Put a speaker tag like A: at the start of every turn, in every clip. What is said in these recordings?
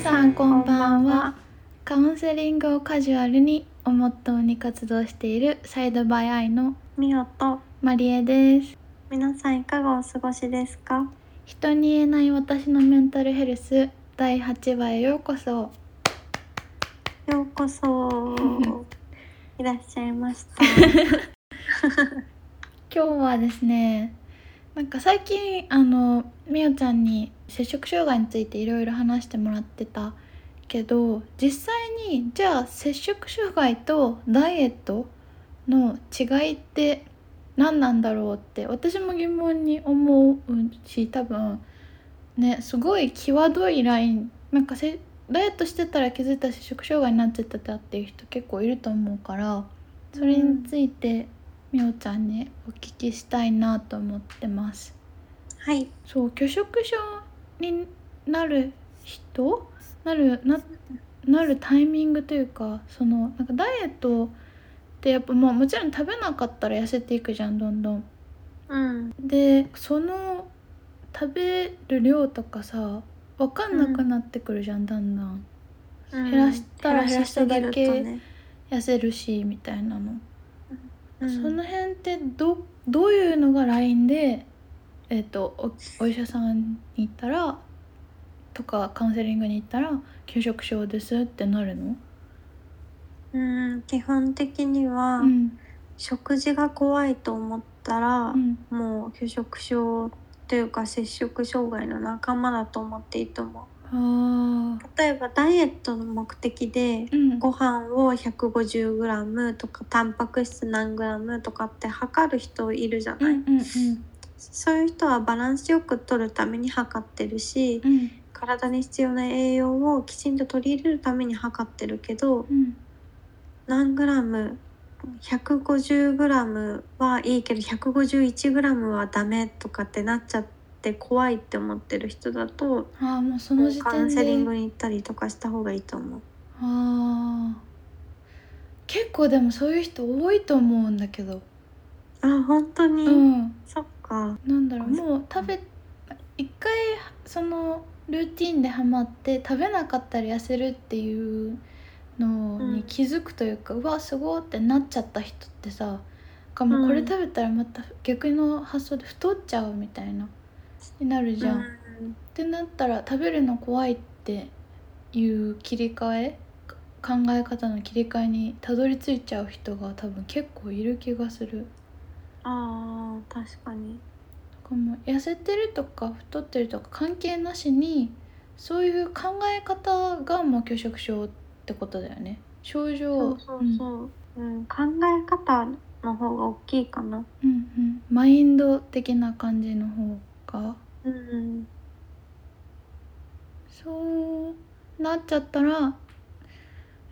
A: さんこんばんはカウンセリングをカジュアルにをモットーに活動しているサイドバイアイの
B: みおと
A: マリエです
B: 皆さんいかがお過ごしですか
A: 人に言えない私のメンタルヘルス第8話へようこそ
B: よう こそいらっしゃいました
A: 今日はですねなんか最近あのみおちゃんに摂食障害についていろいろ話してもらってたけど実際にじゃあ摂食障害とダイエットの違いって何なんだろうって私も疑問に思うし多分ねすごい際どいラインなんかせダイエットしてたら気づいたら摂食障害になっちゃってたっていう人結構いると思うからそれについてみおちゃんにお聞きしたいなと思ってます。
B: はい
A: そう拒食症になる人なるななるタイミングというかそのなんかダイエットってやっぱまあもちろん食べなかったら痩せていくじゃんどんどん。
B: うん
A: でその食べる量とかさ分かんなくなってくるじゃん、だんだん
B: 減
A: らしたら減らしただけ
B: ね
A: 痩せるしみたいなの。
B: うん
A: その辺ってどどういうのが LINE で、えっとおお医者さんに行ったらとかカウンセリングに行ったら「拒食症です」ってなるの、
B: うん基本的には、
A: うん
B: 食事が怖いと思ったら、
A: うん
B: もう拒食症というか摂食障害の仲間だと思っていいと思う
A: あー
B: 例えばダイエットの目的で
A: うん
B: ご飯を 150g とかタンパク質何 g とかって測る人いるじゃ
A: うん
B: な
A: う
B: い、
A: んうん
B: そういう人はバランスよく取るために測ってるし
A: うん
B: 体に必要な栄養をきちんと取り入れるために測ってるけど
A: うん
B: 何 g 150g はいいけど 151g はダメとかってなっちゃって怖いって思ってる人だと
A: ああもうそ
B: も
A: の
B: う
A: 時
B: カウン
A: 点
B: セリング
A: で
B: に行ったりとかした方がいいと思う。
A: ああ結構でもそういう人多いと思うんだけど
B: あ本当に、
A: うん
B: そっか
A: なんだろう
B: ごめん
A: もう食べ一回そのルーティンでハマって食べなかったら痩せるっていうのに気づくというか、うわすごいってなっちゃった人ってさかもううんこれ食べたらまた逆の発想で太っちゃうみたいなになるじゃん。っ
B: うん
A: てなったら食べるの怖いっていう切り替えか考え方の切り替えにたどり着いちゃう人が多分結構いる気がする。
B: あー確かに
A: この痩せてるとか太ってるとか関係なしにそういう考え方がもう拒食症ってことだよね症
B: そ
A: 状
B: うそうそう、うん考え方の方が大きいかな
A: うんうんうんマインド的な感じの方が
B: うん
A: そうなっちゃったら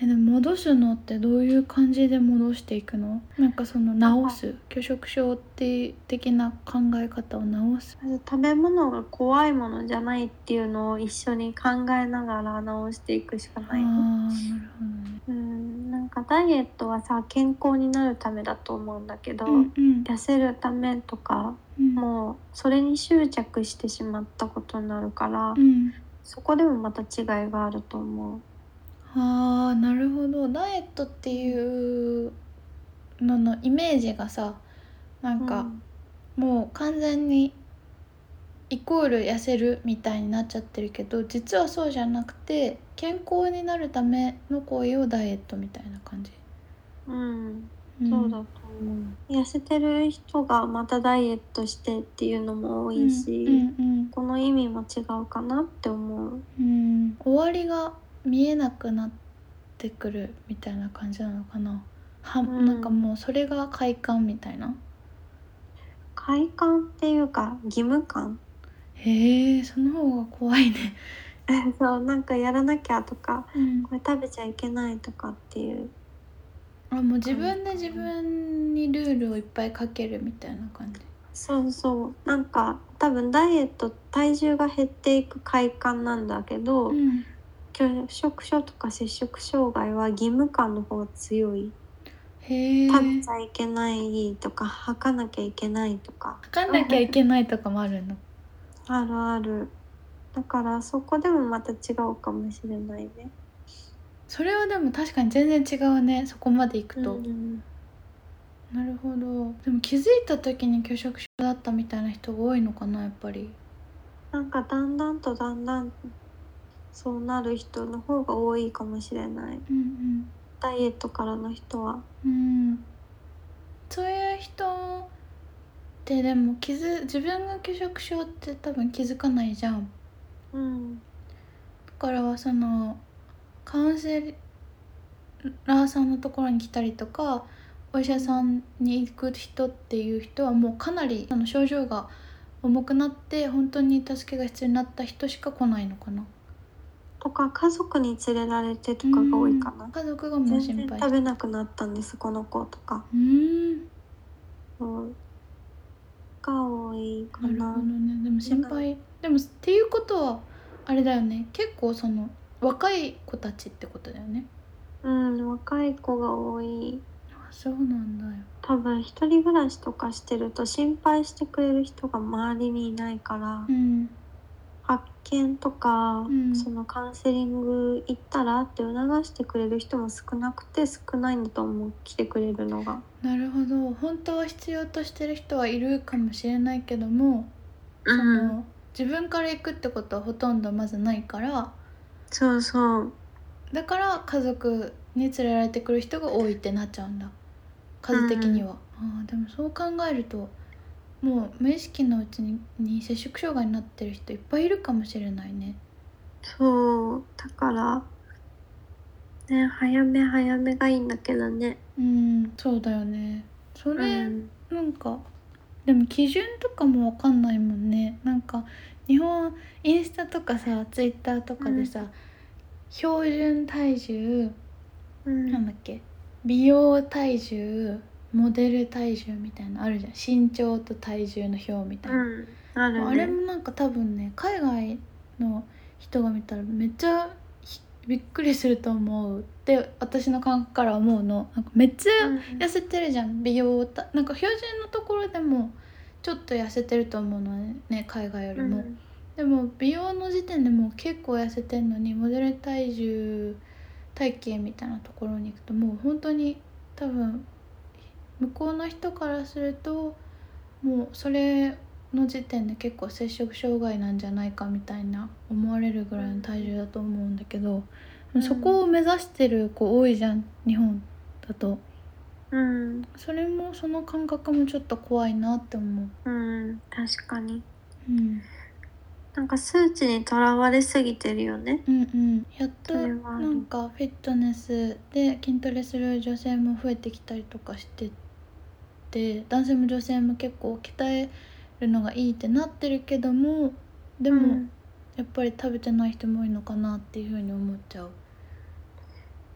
A: えでも戻すのってどういう感じで戻していくのなんかその治す拒食症って的な考え方を治す
B: まず食べ物が怖いものじゃないっていうのを一緒に考えながら直していくしか
A: ああ
B: な
A: ー
B: い、
A: なるほどね
B: うんなんかダイエットはさ健康になるためだと思うんだけど、
A: うんうん
B: 痩せるためとか
A: うん
B: もうそれに執着してしまったことになるから、
A: うん
B: そこでもまた違いがあると思う
A: あーなるほどダイエットっていうののイメージがさなん
B: う
A: か
B: ん
A: もう完全にイコール痩せるみたいになっちゃってるけど実はそうじゃなくて健康になるための行為をダイエットみたいな感じ。
B: うん
A: うん
B: そうだと思う痩せてる人がまたダイエットしてっていうのも多いし、
A: うんうん
B: この意味も違うかなって思う
A: うんうん終わりが見えなくなってくるみたいな感じなのかな。は
B: うん
A: なんかもうそれが快感みたいな。
B: 快感っていうか義務感
A: へえその方が怖いね。
B: そうなんかやらなきゃとか
A: うん
B: これ食べちゃいけないとかっていう
A: あもう自分で自分にルールをいっぱいかけるみたいな感じ。
B: そうそうなんか多分ダイエット体重が減っていく快感なんだけど
A: うん、
B: 拒食症とか摂食障害は義務感の方が強い
A: へえ。
B: 食べちゃいけないとか吐かなきゃいけないとか
A: かんなきゃいけないとかもあるの。
B: あるあるだからそこでもまた違うかもしれないね。
A: それはでも確かに全然違うねそこまでいくと、
B: うん
A: なるほどでも気づいた時に拒食症だったみたいな人が多いのかなやっぱり
B: なんかだんだんとだんだんそうなる人の方が多いかもしれない。
A: うん
B: ダイエットからの人は。
A: うんうんそういう人ってでも気づ自分が拒食症って多分気づかないじゃん
B: うん。
A: だからそのカウンセラーさんのところに来たりとかお医者さんに行く人っていう人はもうかなりあの症状が重くなって本当に助けが必要になった人しか来ないのかな
B: とか家族に連れられてとかが多いか
A: うん
B: な。
A: 家族がもう
B: 全
A: 心
B: 然
A: 配
B: 食べなくなったんですこの子とか。
A: うん
B: そうが多いか
A: なるほ
B: な
A: ど。ねでも心配でもっていうことはあれだよね結構その若い子たちってことだよね
B: うん若い子が多い。
A: あそうなんだよ
B: 多分一人暮らしとかしてると心配してくれる人が周りにいないから、
A: うん
B: 発見とか、
A: うん
B: そのカウンセリング行ったらって促してくれる人も少なくて少ないんだと思う来てくれるのが、
A: なるほど本当は必要としてる人はいるかもしれないけども、
B: う
A: その自分から行くってことはほとんどまずないから
B: そうそう
A: だから家族に連れられてくる人が多いってなっちゃうんだ数的には、あーでもそう考えるともう無意識のうちにに摂食障害になってる人いっぱいいるかもしれないね
B: そうだからね早め早めがいいんだけどね、
A: うんそうだよねそうれ、
B: ん、
A: なんかでも基準とかもわかんないもんねなんか日本インスタとかさツイッターとかでさ、
B: うん
A: 標準体重、
B: うん
A: なんだっけ美容体重モデル体重みたいなのあるじゃん身長と体重の表みたいな、
B: うんあるね
A: あれもなんか多分ね海外の人が見たらめっちゃひびっくりすると思うって私の感覚から思うのなんかめっちゃ
B: うん
A: 痩せてるじゃん美容たなんか標準のところでもちょっと痩せてると思うのね海外よりも、
B: うん
A: でも美容の時点でもう結構痩せてんのにモデル体重体型みたいなところに行くともう本当に多分向こうの人からするともうそれの時点で結構摂食障害なんじゃないかみたいな思われるぐらいの体重だと思うんだけど、
B: うん
A: そこを目指してる子多いじゃん日本だと。
B: うん
A: それもその感覚もちょっと怖いなって思う。
B: うん確かに
A: うん、
B: なんか数値にとらわれすぎてるよね。
A: うん、うん、やっと
B: それはある
A: なんかフィットネスで筋トレする女性も増えてきたりとかしてて、男性も女性も結構鍛えるのがいいってなってるけども、で
B: で
A: もやっぱり食べてない人も多いのかなっていうふうに思っちゃう。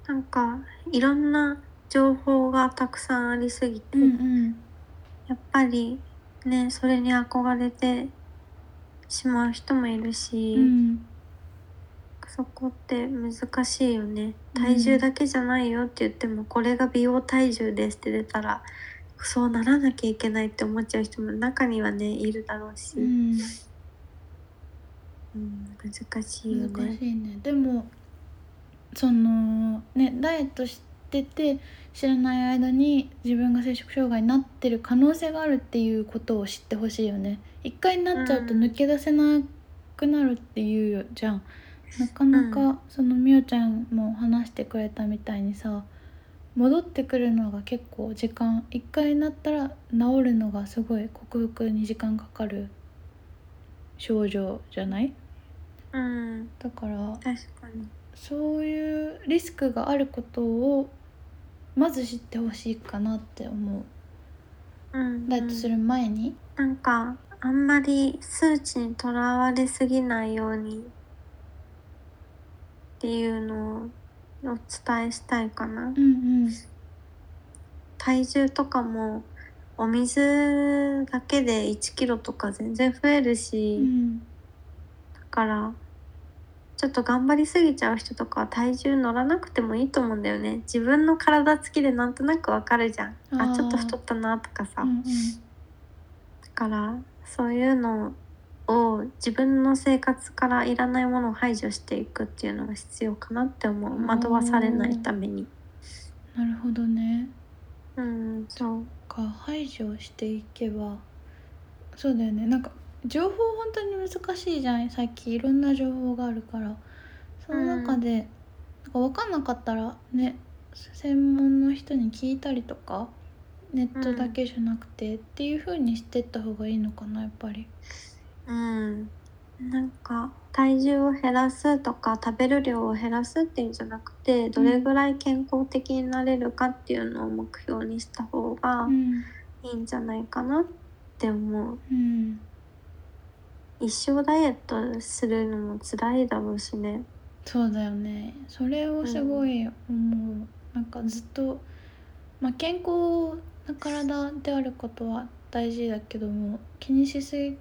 B: なんかいろんな情報がたくさんありすぎて、
A: ん、
B: やっぱりねそれに憧れてしまう人もいるし、
A: うん、
B: そこって難しいよね
A: うん
B: 体重だけじゃないよって言っても、これが美容体重ですって出たらそうならなきゃいけないって思っちゃう人も中にはねいるだろうし、
A: うん、
B: うん難しいよ
A: 難
B: ね。
A: しいねでもそのねダイエットしてて知らない間に自分が摂食障害になってる可能性があるっていうことを知ってほしいよね一回になっちゃうと
B: うん
A: 抜け出せなくなるっていうじゃんなかなか、そのみおちゃんも話してくれたみたいにさ戻ってくるのが結構時間一回になったら治るのがすごい克服に時間かかる症状じゃない
B: うん
A: だから
B: 確かに
A: そういうリスクがあることをまず知ってほしいかなって思う
B: うん
A: ダイエットする前に
B: なんかあんまり数値にとらわれすぎないようにっていうのをお伝えしたいかな
A: う。ん
B: 体重とかもお水だけで1キロとか全然増える
A: う
B: し、
A: ん
B: だからちょっと頑張りすぎちゃう人とかは体重乗らなくてもいいと思うんだよね。自分の体つきでなんとなくわかるじゃん。あ
A: あー
B: ちょっと太ったなとかさ。
A: うん
B: だからそういうのを自分の生活からいらないものを排除していくっていうのが必要かなって思う惑わされないために
A: なるほどね
B: うんそう
A: か排除していけばそうだよねなんか情報本当に難しいじゃん最近いろんな情報があるからその中で、なんか分かんなかったらね専門の人に聞いたりとかネットだけじゃなくて、っていう風にしてった方がいいのかなやっぱり。
B: うんなんか体重を減らすとか食べる量を減らすっていうんじゃなくてどれぐらい健康的になれるかっていうのを目標にした方が
A: うん、
B: いいんじゃないかなって思う
A: うん、
B: 一生ダイエットするのも辛いだろうしね
A: そうだよねそれをすごい思う、なんかずっと、まあ、健康な体であることは大事だけども気にしすぎ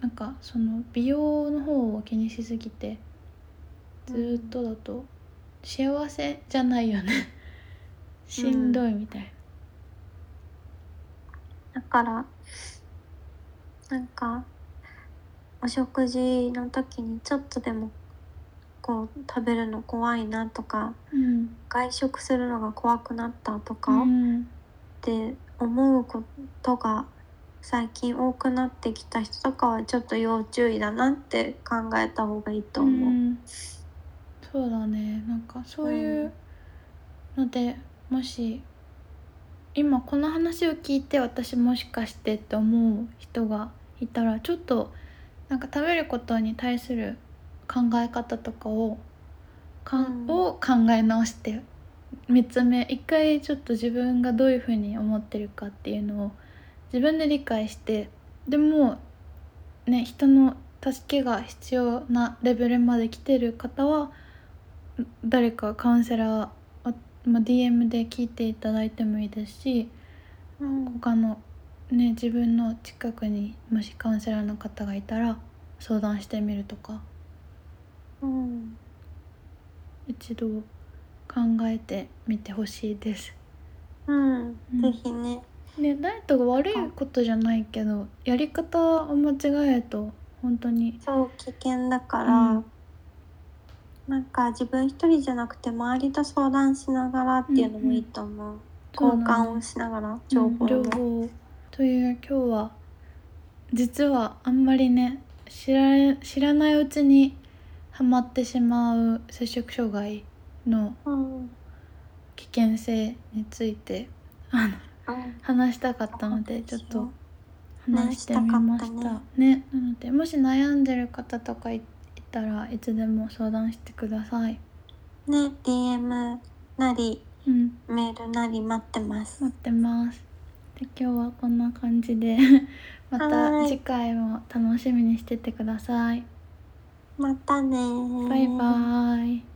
A: なんかその美容の方を気にしすぎてずっとだと幸せじゃないよねしんどいみたいな、
B: だからなんかお食事の時にちょっとでもこう食べるの怖いなとか
A: うん
B: 外食するのが怖くなったと
A: う
B: かっ
A: ん、
B: て思うことが最近多くなってきた人とかはちょっと要注意だなって考えた方がいいと思う。
A: ん、そうだねなんかそういうので、もし今この話を聞いて私もしかしてって思う人がいたらちょっとなんか食べることに対する考え方とかをかん、
B: うん
A: を考え直して3つ目一回ちょっと自分がどういうふうに思ってるかっていうのを自分で理解してでもね人の助けが必要なレベルまで来てる方は誰かカウンセラーあまあ DM で聞いていただいてもいいですし
B: うん
A: 他の、ね、自分の近くにもしカウンセラーの方がいたら相談してみるとか
B: うん
A: 一度考えてみてほしいです。
B: うん
A: うん
B: ぜひね、
A: ね、ダイエットが悪いことじゃないけどやり方を間違えると本当に
B: そう危険だから、
A: うん
B: なんか自分一人じゃなくて周りと相談しながらっていうのもいいと思う、
A: そう
B: 交
A: な
B: 換
A: の
B: をしながら
A: う
B: 情報を
A: ん情報という今日は実はあんまりね知られ知らないうちにはまってしまう摂食障害の
B: うんうん
A: 危険性についてあの話したかったのでちょっと話してみまし
B: ねしたたかっ
A: ねなのでもし悩んでる方とかいいたらいつでも相談してください
B: ね DM なり
A: うん
B: メールなり待ってます、
A: 待ってますで今日はこんな感じで ま
B: は
A: た
B: い
A: 次回も楽しみにしててください
B: またねー
A: バイバーイ。